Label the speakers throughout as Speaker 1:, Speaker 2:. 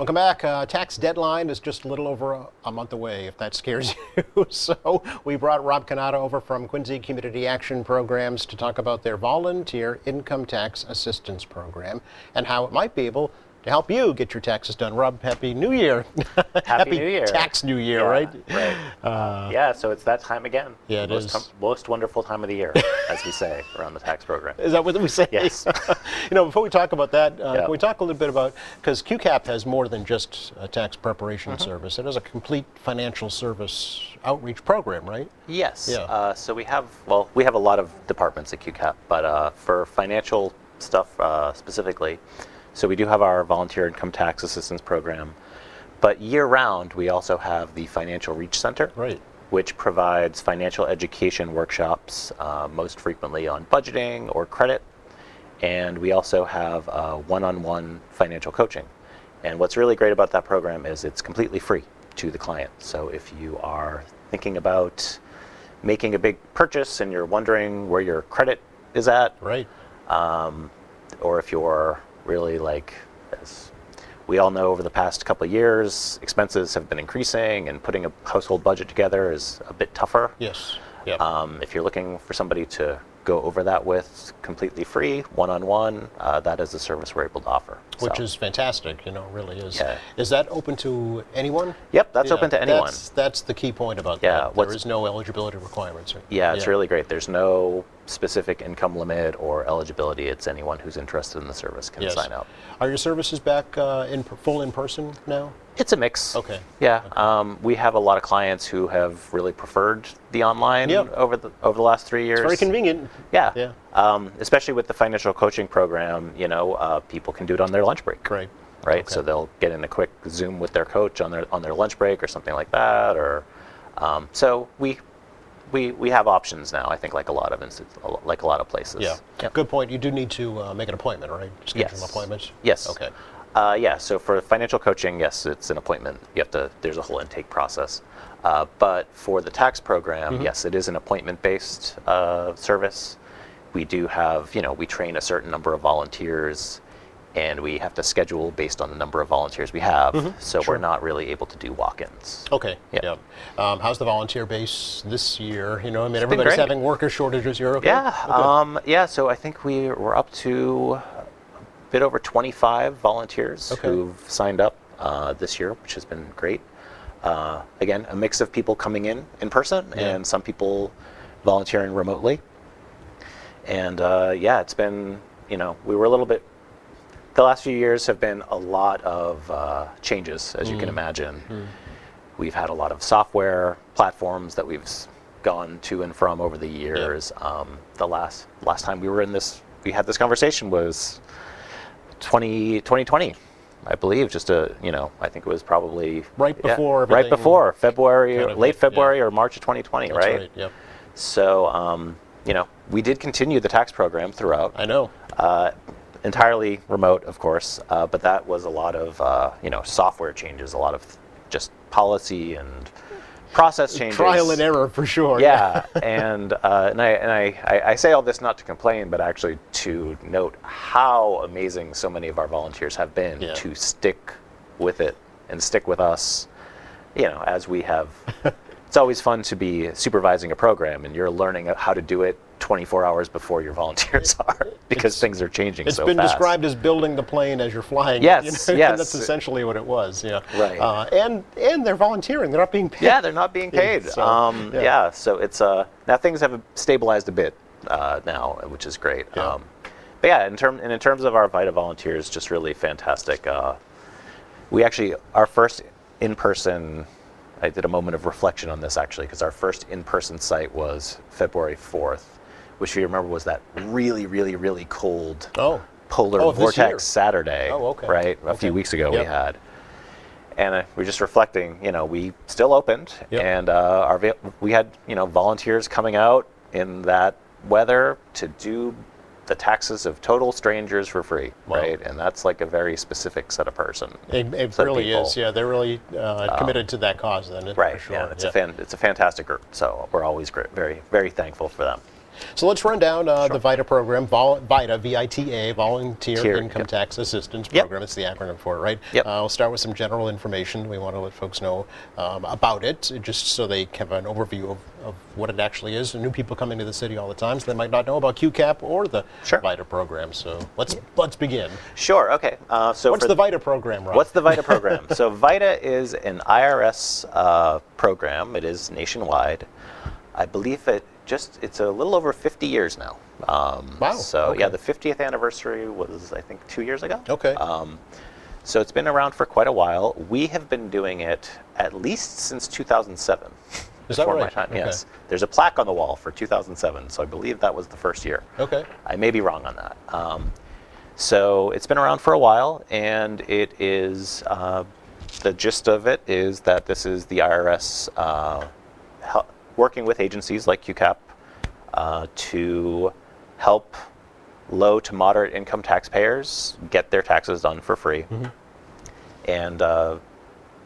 Speaker 1: Welcome back. Uh, tax deadline is just a little over a, a month away, if that scares you. so we brought Rob Canada over from Quincy Community Action Programs to talk about their volunteer income tax assistance program and how it might be able to help you get your taxes done. Rob, happy New Year!
Speaker 2: Happy, New Year.
Speaker 1: Tax New Year,
Speaker 2: Yeah,
Speaker 1: right? Uh,
Speaker 2: Right. yeah, so it's that time again.
Speaker 1: Yeah, it
Speaker 2: most
Speaker 1: is.
Speaker 2: most wonderful time of the year, as we say around the tax program.
Speaker 1: Is that what we say?
Speaker 2: Yes.
Speaker 1: you know, before we talk about that, uh,
Speaker 2: Yeah.
Speaker 1: can we talk a little bit about because QCAP has more than just a tax preparation
Speaker 2: Mm-hmm.
Speaker 1: service. It has a complete financial service outreach program, right?
Speaker 2: Yes.
Speaker 1: Yeah.
Speaker 2: Uh, so we have, well, we have a lot of departments at QCAP, but uh, for financial stuff uh, specifically, so we do have our volunteer income tax assistance program, but year round we also have the Financial Reach Center,
Speaker 1: Right.
Speaker 2: which provides financial education workshops uh, most frequently on budgeting or credit, and we also have uh, one-on-one financial coaching. And what's really great about that program is it's completely free to the client. So if you are thinking about making a big purchase and you're wondering where your credit is at,
Speaker 1: Right.
Speaker 2: or if you're really like, as we all know over the past couple of years, expenses have been increasing and putting a household budget together is a bit tougher.
Speaker 1: Yes. Yeah.
Speaker 2: Um, if you're looking for somebody to go over that with completely free, one on one, that is a service we're able to offer.
Speaker 1: Which
Speaker 2: So-
Speaker 1: is fantastic. You know, really is.
Speaker 2: Yeah.
Speaker 1: Is that open to anyone?
Speaker 2: Yep, that's open
Speaker 1: Yeah,
Speaker 2: to anyone.
Speaker 1: That's, that's the key point about
Speaker 2: Yeah,
Speaker 1: that. There
Speaker 2: what's-
Speaker 1: is no eligibility requirements. right?
Speaker 2: Yeah, it's really great. There's no specific income limit or eligibility. It's anyone who's interested in the service can
Speaker 1: Yes.
Speaker 2: sign up.
Speaker 1: Are your services back uh, in per- full in person now?
Speaker 2: It's a mix.
Speaker 1: Okay.
Speaker 2: Yeah. Um, we have a lot of clients who have really preferred the online
Speaker 1: Yep.
Speaker 2: over the over the last three years.
Speaker 1: Very convenient.
Speaker 2: Yeah.
Speaker 1: Yeah.
Speaker 2: Um, especially with the financial coaching program, you know, uh, people can do it on their lunch break.
Speaker 1: Right.
Speaker 2: Right.
Speaker 1: Okay.
Speaker 2: So they'll get in a quick Zoom with their coach on their on their lunch break or something like that. Or um, so we. We, we have options now. I think like a lot of insti- like a lot of places.
Speaker 1: Yeah.
Speaker 2: Yep.
Speaker 1: Good point. You do need to uh, make an appointment, right? Schedule
Speaker 2: Yes.
Speaker 1: appointments.
Speaker 2: Yes.
Speaker 1: Okay.
Speaker 2: Uh, yeah. So for financial coaching, yes, it's an appointment. You have to. There's a whole intake process. Uh, but for the tax program,
Speaker 1: Mm-hmm.
Speaker 2: yes, it is an appointment-based uh, service. We do have, you know, we train a certain number of volunteers, and we have to schedule based on the number of volunteers we have.
Speaker 1: Mm-hmm.
Speaker 2: So we're not really able to do walk-ins.
Speaker 1: Okay.
Speaker 2: Yeah.
Speaker 1: Yeah. Um, how's the volunteer base this year? You know, I mean,
Speaker 2: been
Speaker 1: everybody's
Speaker 2: great.
Speaker 1: having worker shortages. You're okay.
Speaker 2: Yeah.
Speaker 1: Okay.
Speaker 2: Um, yeah. So I think we we're up to a bit over 25 volunteers
Speaker 1: Okay.
Speaker 2: who've signed up uh, this year, which has been great. Uh, again, a mix of people coming in in person
Speaker 1: Yeah.
Speaker 2: and some people volunteering remotely. And uh, yeah, it's been you know we were a little bit. The last few years have been a lot of uh, changes, as you
Speaker 1: Mm-hmm.
Speaker 2: can imagine. We've had a lot of software platforms that we've s- gone to and from over the years. Um, the last last time we were in this, we had this conversation was 20, 2020, I believe. Just a you know, I think it was probably
Speaker 1: Right
Speaker 2: yeah,
Speaker 1: before
Speaker 2: right
Speaker 1: everything
Speaker 2: before February,
Speaker 1: kind of
Speaker 2: late
Speaker 1: hit, yeah.
Speaker 2: February or March of twenty twenty,
Speaker 1: That's
Speaker 2: right?
Speaker 1: right. Yep.
Speaker 2: So um, you know, we did continue the tax program throughout
Speaker 1: I know.
Speaker 2: uh, entirely remote, of course, uh, but that was a lot of uh, you know software changes, a lot of just policy and process changes.
Speaker 1: Trial and error for sure.
Speaker 2: Yeah, and uh, and I and I, I, I say all this not to complain, but actually to note how amazing so many of our volunteers have been
Speaker 1: Yeah.
Speaker 2: to stick with it and stick with us. You know, as we have, it's always fun to be supervising a program and you're learning how to do it 24 hours before your volunteers are because things are changing
Speaker 1: It's
Speaker 2: so
Speaker 1: been
Speaker 2: fast.
Speaker 1: described as building the plane as you're flying. it,
Speaker 2: Yes,
Speaker 1: you know,
Speaker 2: yes.
Speaker 1: That's essentially what it was. Yeah.
Speaker 2: Right.
Speaker 1: Uh, and and they're volunteering. They're not being paid.
Speaker 2: yeah, they're not being paid.
Speaker 1: So,
Speaker 2: um,
Speaker 1: yeah.
Speaker 2: yeah. so it's uh, now things have stabilized a bit uh, now, which is great.
Speaker 1: Yeah.
Speaker 2: Um, but yeah, in term and in terms of our Vita volunteers, just really fantastic. Uh, we actually our first in person. I did a moment of reflection on this actually because our first in person site was February fourth, which you remember was that really, really, really cold
Speaker 1: Oh.
Speaker 2: polar
Speaker 1: Oh, of this year.
Speaker 2: vortex Saturday.
Speaker 1: Oh, okay.
Speaker 2: Right, a
Speaker 1: Okay.
Speaker 2: few weeks ago
Speaker 1: Yep.
Speaker 2: we had and uh, we're just reflecting. You know, we still opened,
Speaker 1: Yep.
Speaker 2: and uh, our va- we had you know volunteers coming out in that weather to do the taxes of total strangers for free,
Speaker 1: Wow.
Speaker 2: right? And that's like a very specific set of person.
Speaker 1: It, it
Speaker 2: set of
Speaker 1: really
Speaker 2: people. um,
Speaker 1: is. Yeah. They're really uh, committed to that cause. Then.
Speaker 2: Right.
Speaker 1: For sure.
Speaker 2: Yeah. It's
Speaker 1: yeah.
Speaker 2: a fan. It's a fantastic group. So we're always great, very very thankful for them.
Speaker 1: So let's run down uh, the
Speaker 2: Sure.
Speaker 1: VITA program, Vol- VITA, V-I-T-A, Volunteer
Speaker 2: Tier,
Speaker 1: Income
Speaker 2: yep.
Speaker 1: Tax Assistance
Speaker 2: Yep.
Speaker 1: Program. It's the acronym for it, right?
Speaker 2: Yep.
Speaker 1: Uh, I'll start with some general information. We want to let folks know um, about it, just so they have an overview of, of what it actually is. And new people come into the city all the time, so they might not know about QCAP or the
Speaker 2: Sure.
Speaker 1: VITA program. So let's let's begin.
Speaker 2: Sure. Okay. Uh, so
Speaker 1: What's
Speaker 2: for
Speaker 1: the VITA program, Rob?
Speaker 2: What's the VITA program? so VITA is an IRS uh, program. It is nationwide. I believe it just it's a little over 50 years now. Um,
Speaker 1: Wow,
Speaker 2: So yeah,
Speaker 1: okay.
Speaker 2: the 50th anniversary was I think two years ago.
Speaker 1: Okay.
Speaker 2: Um, so it's been around for quite a while. We have been doing it at least since 2007.
Speaker 1: Is that
Speaker 2: Before my
Speaker 1: right?
Speaker 2: time,
Speaker 1: Okay.
Speaker 2: Yes. There's a plaque on the wall for 2007, so I believe that was the first year.
Speaker 1: okay.
Speaker 2: I may be wrong on that. Um, so it's been around for a while, and it is uh, the gist of it is that this is the IRS uh, hel- working with agencies like QCAP uh, to help low to moderate income taxpayers get their taxes done for free, and uh,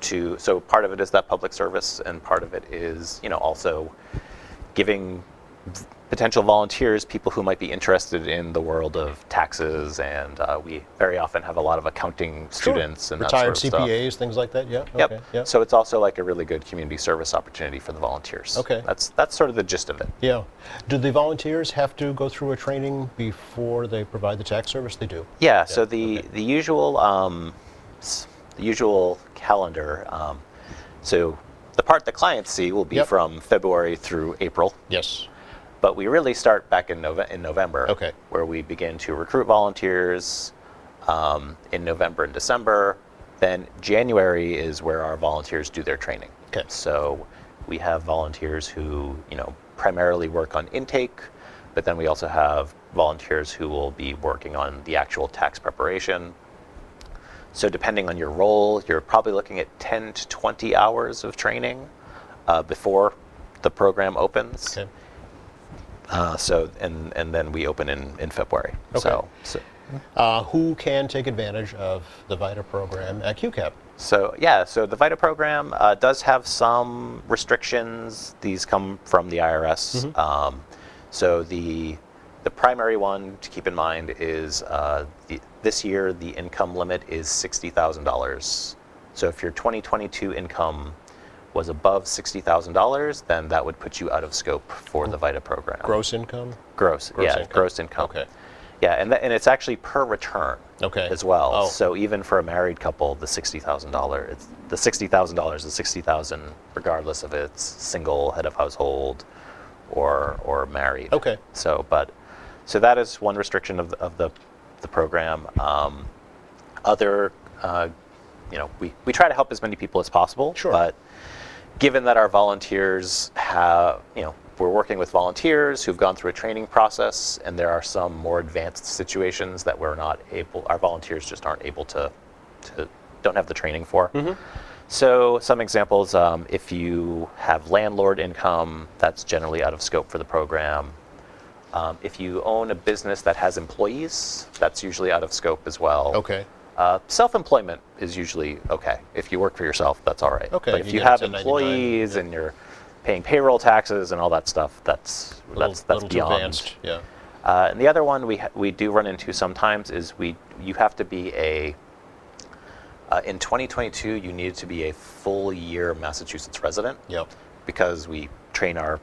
Speaker 2: to so part of it is that public service, and part of it is you know also giving v- potential volunteers, people who might be interested in the world of taxes, and uh, we very often have a lot of accounting students and
Speaker 1: Retired
Speaker 2: that sort of stuff.
Speaker 1: CPAs, things like that. Yeah.
Speaker 2: Yep.
Speaker 1: Okay. Yeah.
Speaker 2: So it's also like a really good community service opportunity for the volunteers.
Speaker 1: Okay.
Speaker 2: That's that's sort of the gist of it.
Speaker 1: Yeah. Do the volunteers have to go through a training before they provide the tax service? They do.
Speaker 2: Yeah. so the the usual um, s- the usual calendar. Um, so the part the clients see will be
Speaker 1: Yep.
Speaker 2: from February through April.
Speaker 1: Yes.
Speaker 2: but we really start back in, Nove- in November,
Speaker 1: Okay.
Speaker 2: where we begin to recruit volunteers um, in November and December. Then January is where our volunteers do their training.
Speaker 1: Okay.
Speaker 2: So we have volunteers who, you know, primarily work on intake, but then we also have volunteers who will be working on the actual tax preparation. So depending on your role, you're probably looking at 10 to 20 hours of training uh, before the program opens.
Speaker 1: Okay.
Speaker 2: Uh, so and and then we open in in February.
Speaker 1: Okay.
Speaker 2: So, so
Speaker 1: Uh, who can take advantage of the VITA program at QCAP?
Speaker 2: so yeah. So the VITA program uh, does have some restrictions. These come from the IRS. Um, so the the primary one to keep in mind is uh, the, this year the income limit is sixty thousand dollars. So if your 2022 income was above sixty thousand dollars, then that would put you out of scope for the VITA program.
Speaker 1: Gross income?
Speaker 2: Gross,
Speaker 1: Gross
Speaker 2: yeah,
Speaker 1: income.
Speaker 2: gross income.
Speaker 1: Okay.
Speaker 2: Yeah, and, tha- and it's actually per return.
Speaker 1: Okay.
Speaker 2: As well.
Speaker 1: Oh.
Speaker 2: So even for a married couple, the sixty thousand dollar, it's the sixty thousand dollars is sixty thousand, regardless of it's single head of household, or or married.
Speaker 1: Okay.
Speaker 2: So, but so that is one restriction of the, of the the program. Um, other, uh, you know, we we try to help as many people as possible.
Speaker 1: Sure.
Speaker 2: But given that our volunteers have, you know, we're working with volunteers who've gone through a training process, and there are some more advanced situations that we're not able, our volunteers just aren't able to, to don't have the training for.
Speaker 1: Mm-hmm.
Speaker 2: So some examples: um, if you have landlord income, that's generally out of scope for the program. Um, if you own a business that has employees, that's usually out of scope as well.
Speaker 1: Okay.
Speaker 2: Uh, self-employment is usually okay. If you work for yourself, that's all right.
Speaker 1: Okay,
Speaker 2: But if
Speaker 1: you
Speaker 2: you,
Speaker 1: get
Speaker 2: have
Speaker 1: a 1099,
Speaker 2: employees and you're paying payroll taxes and all that stuff, that's
Speaker 1: A
Speaker 2: that's
Speaker 1: little,
Speaker 2: that's
Speaker 1: little
Speaker 2: beyond.
Speaker 1: too advanced. Yeah.
Speaker 2: Uh, and the other one we ha- we do run into sometimes is we you have to be a uh, in 2022 you needed to be a full year Massachusetts resident
Speaker 1: Yep.
Speaker 2: because we train our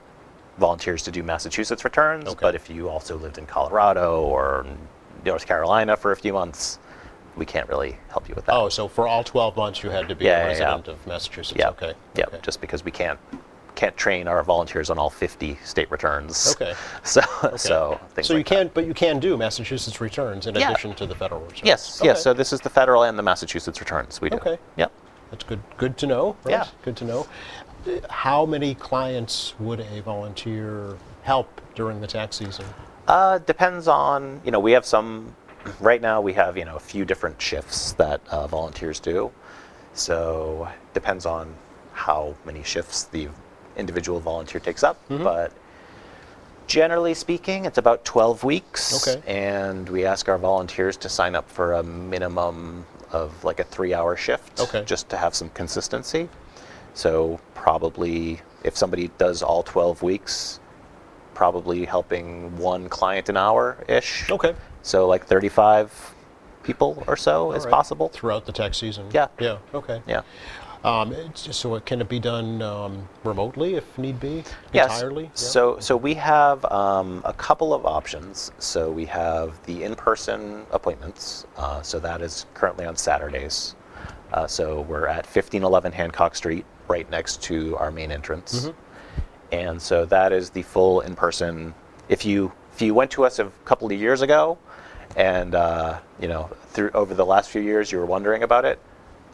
Speaker 2: volunteers to do Massachusetts returns.
Speaker 1: Okay.
Speaker 2: But if you also lived in Colorado or North Carolina for a few months, we can't really help you with that.
Speaker 1: Oh, so for all 12 months you had to be
Speaker 2: Yeah, yeah,
Speaker 1: a
Speaker 2: yeah.
Speaker 1: resident of Massachusetts.
Speaker 2: yeah,
Speaker 1: Okay.
Speaker 2: yeah,
Speaker 1: Okay.
Speaker 2: just because we can't can't train our volunteers on all 50 state returns.
Speaker 1: Okay.
Speaker 2: So so
Speaker 1: Okay.
Speaker 2: things
Speaker 1: so you
Speaker 2: like that.
Speaker 1: can, but you can do Massachusetts returns in
Speaker 2: Yeah.
Speaker 1: addition to the federal returns.
Speaker 2: Yes,
Speaker 1: Okay.
Speaker 2: yes. So this is the federal and the Massachusetts returns we do.
Speaker 1: Okay.
Speaker 2: Yep.
Speaker 1: That's good. Good to know. Right?
Speaker 2: Yeah.
Speaker 1: Good to know. Uh, How many clients would a volunteer help during the tax season?
Speaker 2: Uh, depends on, you know, we have some, right now we have, you know, a few different shifts that uh, volunteers do. So depends on how many shifts the individual volunteer takes up.
Speaker 1: Mm-hmm.
Speaker 2: But generally speaking, it's about 12 weeks.
Speaker 1: Okay.
Speaker 2: And we ask our volunteers to sign up for a minimum of like a three hour shift
Speaker 1: Okay.
Speaker 2: just to have some consistency. So probably if somebody does all 12 weeks, probably helping one client an hour ish.
Speaker 1: Okay.
Speaker 2: So like 35 people or so is
Speaker 1: Alright.
Speaker 2: possible.
Speaker 1: Throughout the tax season?
Speaker 2: Yeah.
Speaker 1: Yeah, okay.
Speaker 2: Yeah.
Speaker 1: Um, it's- so it- can it be done um, remotely if need be? Entirely? Yeah.
Speaker 2: So so we have um, a couple of options. So we have the in-person appointments. Uh, so that is currently on Saturdays. Uh, so we're at 1511 Hancock Street, right next to our main entrance.
Speaker 1: Mm-hmm.
Speaker 2: And so that is the full in-person. If you if you went to us a couple of years ago, and uh, you know through over the last few years you were wondering about it,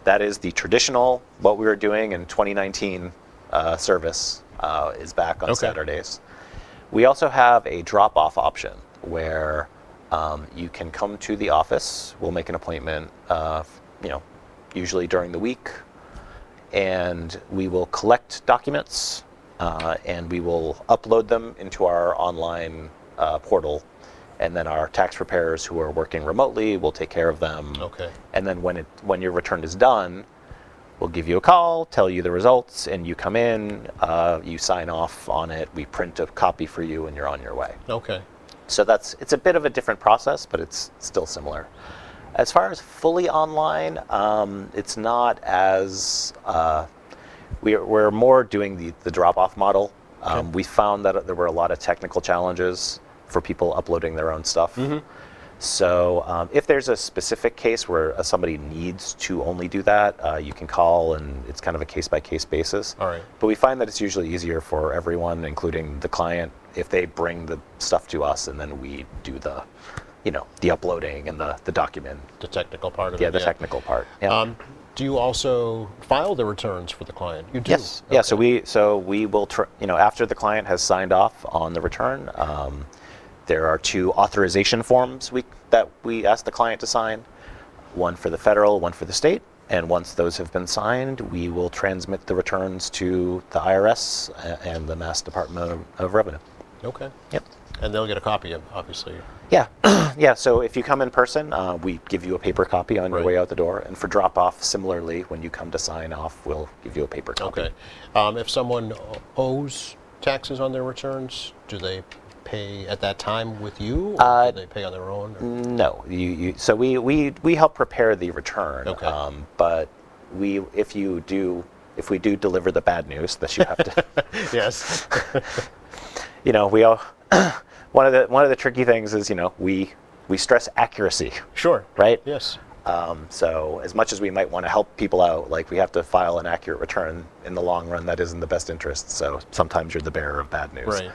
Speaker 2: that is the traditional what we were doing in 2019 uh, service uh, is back on
Speaker 1: Okay.
Speaker 2: Saturdays. We also have a drop-off option where um, you can come to the office. We'll make an appointment, uh, you know, usually during the week, and we will collect documents uh, and we will upload them into our online uh, portal. And then our tax preparers who are working remotely will take care of them.
Speaker 1: Okay.
Speaker 2: And then when it when your return is done, we'll give you a call, tell you the results, and you come in, uh, you sign off on it, we print a copy for you, and you're on your way.
Speaker 1: Okay.
Speaker 2: So that's it's a bit of a different process, but it's still similar. As far as fully online, um, it's not as uh, we're, we're more doing the, the drop-off model. Um,
Speaker 1: Okay.
Speaker 2: We found that there were a lot of technical challenges for people uploading their own stuff.
Speaker 1: Mm-hmm.
Speaker 2: So um, if there's a specific case where uh, somebody needs to only do that, uh, you can call, and it's kind of a case-by-case basis.
Speaker 1: All right.
Speaker 2: But we find that it's usually easier for everyone, including the client, if they bring the stuff to us and then we do the, you know, the uploading and the, the document,
Speaker 1: The technical part of
Speaker 2: yeah,
Speaker 1: it.
Speaker 2: the technical part. Yeah.
Speaker 1: Um, do you also file the returns for the client? You do?
Speaker 2: yes. Yeah. So
Speaker 1: Okay.
Speaker 2: we so we will tr- you know after the client has signed off on the return, um, there are two authorization forms we that we ask the client to sign, one for the federal, one for the state. And once those have been signed, we will transmit the returns to the IRS a- and the Mass Department of- of Revenue.
Speaker 1: Okay.
Speaker 2: Yep.
Speaker 1: And they'll get a copy of, obviously.
Speaker 2: Yeah, yeah. So if you come in person, uh, we give you a paper copy on your
Speaker 1: Right.
Speaker 2: way out the door, and for drop off, similarly, when you come to sign off, we'll give you a paper copy.
Speaker 1: Okay. Um, if someone o- owes taxes on their returns, do they pay at that time with you? Or
Speaker 2: Uh,
Speaker 1: do they pay on their own? or-
Speaker 2: No, you, you. So we we we help prepare the return. um,
Speaker 1: Okay.
Speaker 2: but we, if you do, if we do deliver the bad news that you have to,
Speaker 1: Yes.
Speaker 2: you know, we all. one of the one of the tricky things is you know we we stress accuracy,
Speaker 1: sure.
Speaker 2: right?
Speaker 1: Yes.
Speaker 2: Um, so as much as we might want to help people out, like we have to file an accurate return in the long run. That is in the best interest. So sometimes you're the bearer of bad news.
Speaker 1: Right.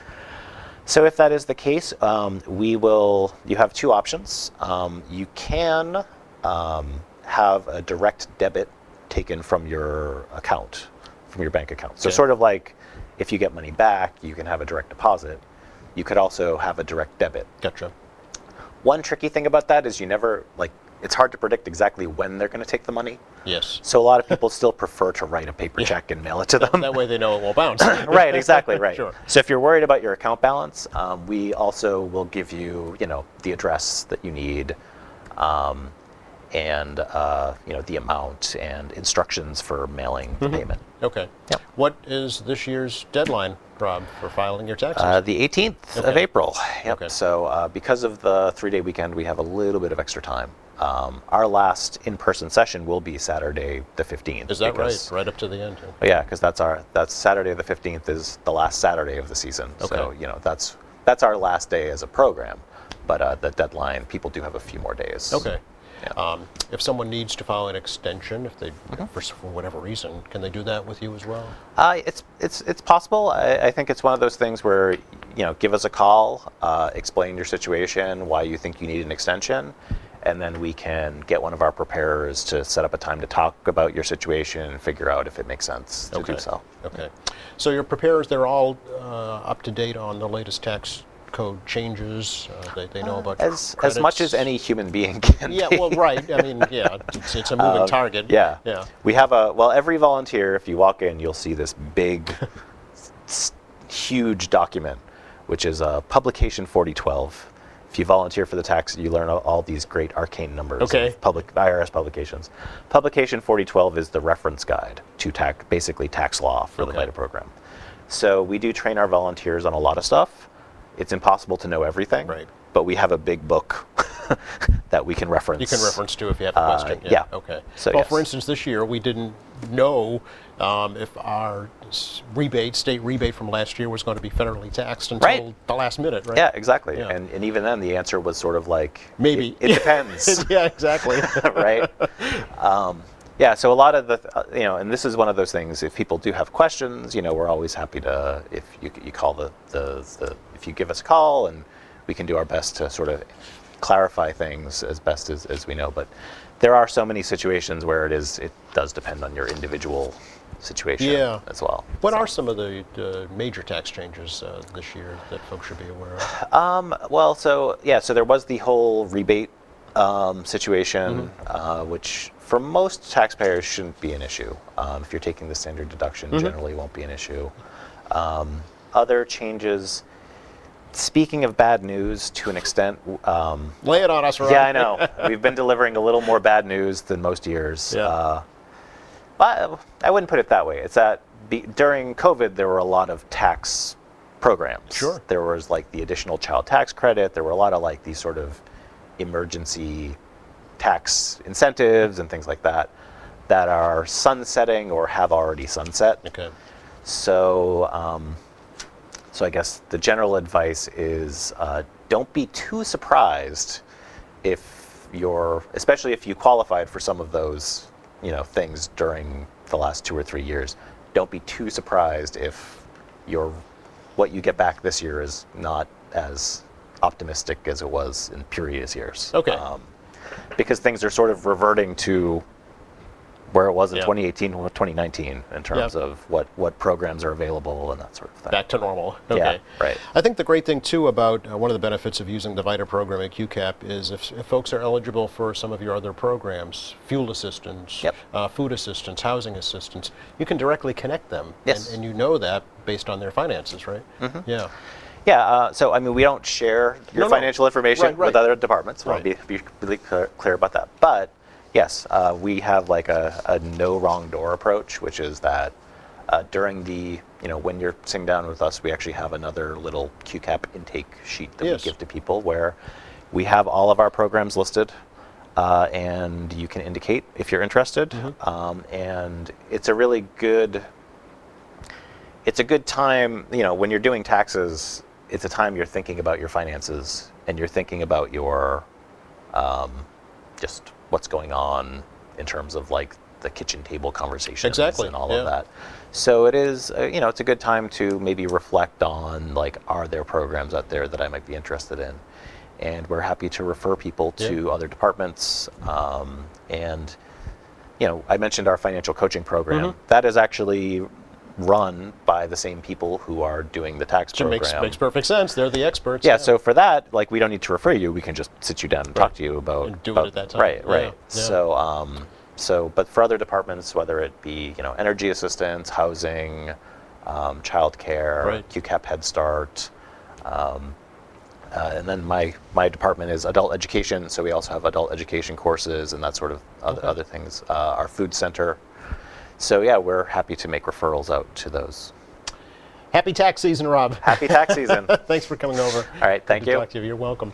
Speaker 2: So if that is the case, um, we will. You have two options. Um, you can um, have a direct debit taken from your account, from your bank account. So
Speaker 1: Okay.
Speaker 2: sort of like if you get money back, you can have a direct deposit. You could also have a direct debit.
Speaker 1: Gotcha.
Speaker 2: One tricky thing about that is you never like it's hard to predict exactly when they're going to take the money.
Speaker 1: Yes.
Speaker 2: So a lot of people still prefer to write a paper check and mail it to them.
Speaker 1: That way they know it won't bounce.
Speaker 2: right, exactly, right.
Speaker 1: Sure.
Speaker 2: So if you're worried about your account balance, um, we also will give you, you know, the address that you need, um, and uh, you know the amount and instructions for mailing
Speaker 1: Mm-hmm.
Speaker 2: the payment.
Speaker 1: Okay.
Speaker 2: Yep.
Speaker 1: What is this year's deadline, Rob, for filing your taxes?
Speaker 2: Uh, the 18th of
Speaker 1: Okay.
Speaker 2: April. Yep.
Speaker 1: Okay.
Speaker 2: So uh, because of the three-day weekend, we have a little bit of extra time. Um, our last in-person session will be Saturday the 15th.
Speaker 1: is that
Speaker 2: because-
Speaker 1: right? Right up to the end. okay.
Speaker 2: But yeah, because that's our that's Saturday the fifteenth is the last Saturday of the season. So
Speaker 1: Okay.
Speaker 2: you know that's that's our last day as a program. But uh, the deadline, people do have a few more days.
Speaker 1: Okay.
Speaker 2: Yeah. Mm-hmm.
Speaker 1: Um, if someone needs to file an extension, if they, for, s- for whatever reason, can they do that with you as well?
Speaker 2: Uh, it's it's it's possible. I, I think it's one of those things where you know give us a call, uh, explain your situation, why you think you need an extension, and then we can get one of our preparers to set up a time to talk about your situation and figure out if it makes sense to do so.
Speaker 1: Okay. So your preparers, they're all uh, up to date on the latest tax code changes. Uh, they, they know about
Speaker 2: As
Speaker 1: credits.
Speaker 2: as much as any human being can.
Speaker 1: Yeah.
Speaker 2: be.
Speaker 1: Well, right. I mean, yeah. It's, it's a moving
Speaker 2: Um,
Speaker 1: target.
Speaker 2: Yeah.
Speaker 1: Yeah.
Speaker 2: We have a well, every volunteer, if you walk in, you'll see this big, s- huge document, which is uh, publication 4012. If you volunteer for the tax, you learn all, all these great arcane numbers. of
Speaker 1: Okay.
Speaker 2: Public IRS publications. Publication 4012 is the reference guide to tax, basically tax law for the
Speaker 1: Okay.
Speaker 2: MITA program. So we do train our volunteers on a lot of stuff. it's impossible to know everything.
Speaker 1: Right.
Speaker 2: But we have a big book that we can reference.
Speaker 1: You can reference to if you have a
Speaker 2: Uh,
Speaker 1: question.
Speaker 2: yeah.
Speaker 1: Okay.
Speaker 2: So,
Speaker 1: well,
Speaker 2: yes.
Speaker 1: for instance, this year we didn't know um, if our s- rebate, state rebate from last year, was going to be federally taxed until
Speaker 2: Right.
Speaker 1: the last minute, right?
Speaker 2: Yeah, exactly.
Speaker 1: Yeah.
Speaker 2: And, and even then, the answer was sort of like
Speaker 1: Maybe.
Speaker 2: It, it depends,
Speaker 1: yeah, exactly.
Speaker 2: right? Um, yeah. So a lot of the th- uh, you know, and this is one of those things. If people do have questions, you know, we're always happy to if you you call the the, the if you give us a call and we can do our best to sort of clarify things as best as, as we know. But there are so many situations where it is it does depend on your individual situation
Speaker 1: Yeah.
Speaker 2: as well.
Speaker 1: what are some of the uh, major tax changes uh, this year that folks should be aware of?
Speaker 2: Um, well, so yeah, so there was the whole rebate um, situation, uh, which for most taxpayers shouldn't be an issue. Um, if you're taking the standard deduction, generally won't be an issue. Um, other changes. Speaking of bad news, to an extent, um,
Speaker 1: Lay it on us, Ron.
Speaker 2: yeah, I know. We've been delivering a little more bad news than most years.
Speaker 1: Yeah.
Speaker 2: Uh, but I wouldn't put it that way. It's that be, during COVID, there were a lot of tax programs.
Speaker 1: Sure.
Speaker 2: There was like the additional child tax credit. There were a lot of like these sort of emergency tax incentives and things like that that are sunsetting or have already sunset.
Speaker 1: Okay.
Speaker 2: So, um, so I guess the general advice is uh, don't be too surprised if you're, especially if you qualified for some of those, you know, things during the last two or three years. Don't be too surprised if your what you get back this year is not as optimistic as it was in previous years. Um,
Speaker 1: Okay.
Speaker 2: because things are sort of reverting to where it was in
Speaker 1: Yeah.
Speaker 2: 2018 or 2019 in terms
Speaker 1: Yeah.
Speaker 2: of what, what programs are available and that sort of thing.
Speaker 1: Back to normal. Okay.
Speaker 2: Yeah, right.
Speaker 1: I think the great thing too about uh, one of the benefits of using the VITA program at QCAP is if, if folks are eligible for some of your other programs, fuel assistance,
Speaker 2: Yep.
Speaker 1: uh, food assistance, housing assistance, you can directly connect them.
Speaker 2: Yes. Mm-hmm.
Speaker 1: And, and you know that based on their finances, right? Yeah.
Speaker 2: Yeah, uh, so I mean, we don't share your
Speaker 1: No, no.
Speaker 2: financial information
Speaker 1: Right, right.
Speaker 2: with other departments. We'll
Speaker 1: Right.
Speaker 2: be, be really clear, clear about that. But yes, uh, we have like a, a no wrong door approach, which is that uh, during the, you know, when you're sitting down with us, we actually have another little QCAP intake sheet that
Speaker 1: Yes.
Speaker 2: we give to people where we have all of our programs listed. Uh, and you can indicate if you're interested. Um, and it's a really good it's a good time, you know, when you're doing taxes, it's a time you're thinking about your finances and you're thinking about your um, just what's going on in terms of like the kitchen table conversations
Speaker 1: Exactly,
Speaker 2: and all
Speaker 1: yeah.
Speaker 2: of that. So it is, uh, you know, it's a good time to maybe reflect on like, are there programs out there that I might be interested in? And we're happy to refer people to other departments. Um, and, you know, I mentioned our financial coaching program. That is actually run by the same people who are doing the tax
Speaker 1: So it
Speaker 2: program.
Speaker 1: makes, makes perfect sense. They're the experts.
Speaker 2: yeah, so for that, like, we don't need to refer you. We can just sit you down and talk
Speaker 1: Right.
Speaker 2: to you about
Speaker 1: And do it
Speaker 2: about-
Speaker 1: at that time.
Speaker 2: Right,
Speaker 1: Yeah,
Speaker 2: right.
Speaker 1: yeah.
Speaker 2: So, um, so, but for other departments, whether it be you know energy assistance, housing, um, childcare,
Speaker 1: Right.
Speaker 2: QCAP Head Start, um, uh, and then my my department is adult education. So we also have adult education courses and that sort of other other things. Uh, our food center. So yeah, we're happy to make referrals out to those.
Speaker 1: Happy tax season, Rob.
Speaker 2: Happy tax season.
Speaker 1: Thanks for coming over. All
Speaker 2: right, thank
Speaker 1: Good to
Speaker 2: you.
Speaker 1: talk to you. You're welcome.